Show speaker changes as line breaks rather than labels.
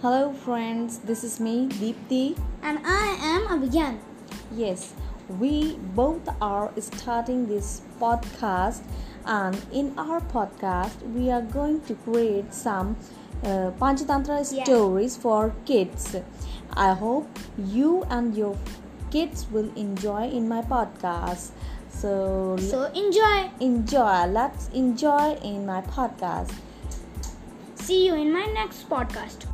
Hello, friends. This is me, Deepthi.
And I am Abhigyan.
Yes, we both are starting this podcast, and in our podcast, we are going to create some uh, Panchatantra
Yeah.
stories for kids. I hope you and your kids will enjoy in my podcast. So,
So enjoy.
enjoy. Let's enjoy in my podcast.
See you in my next podcast.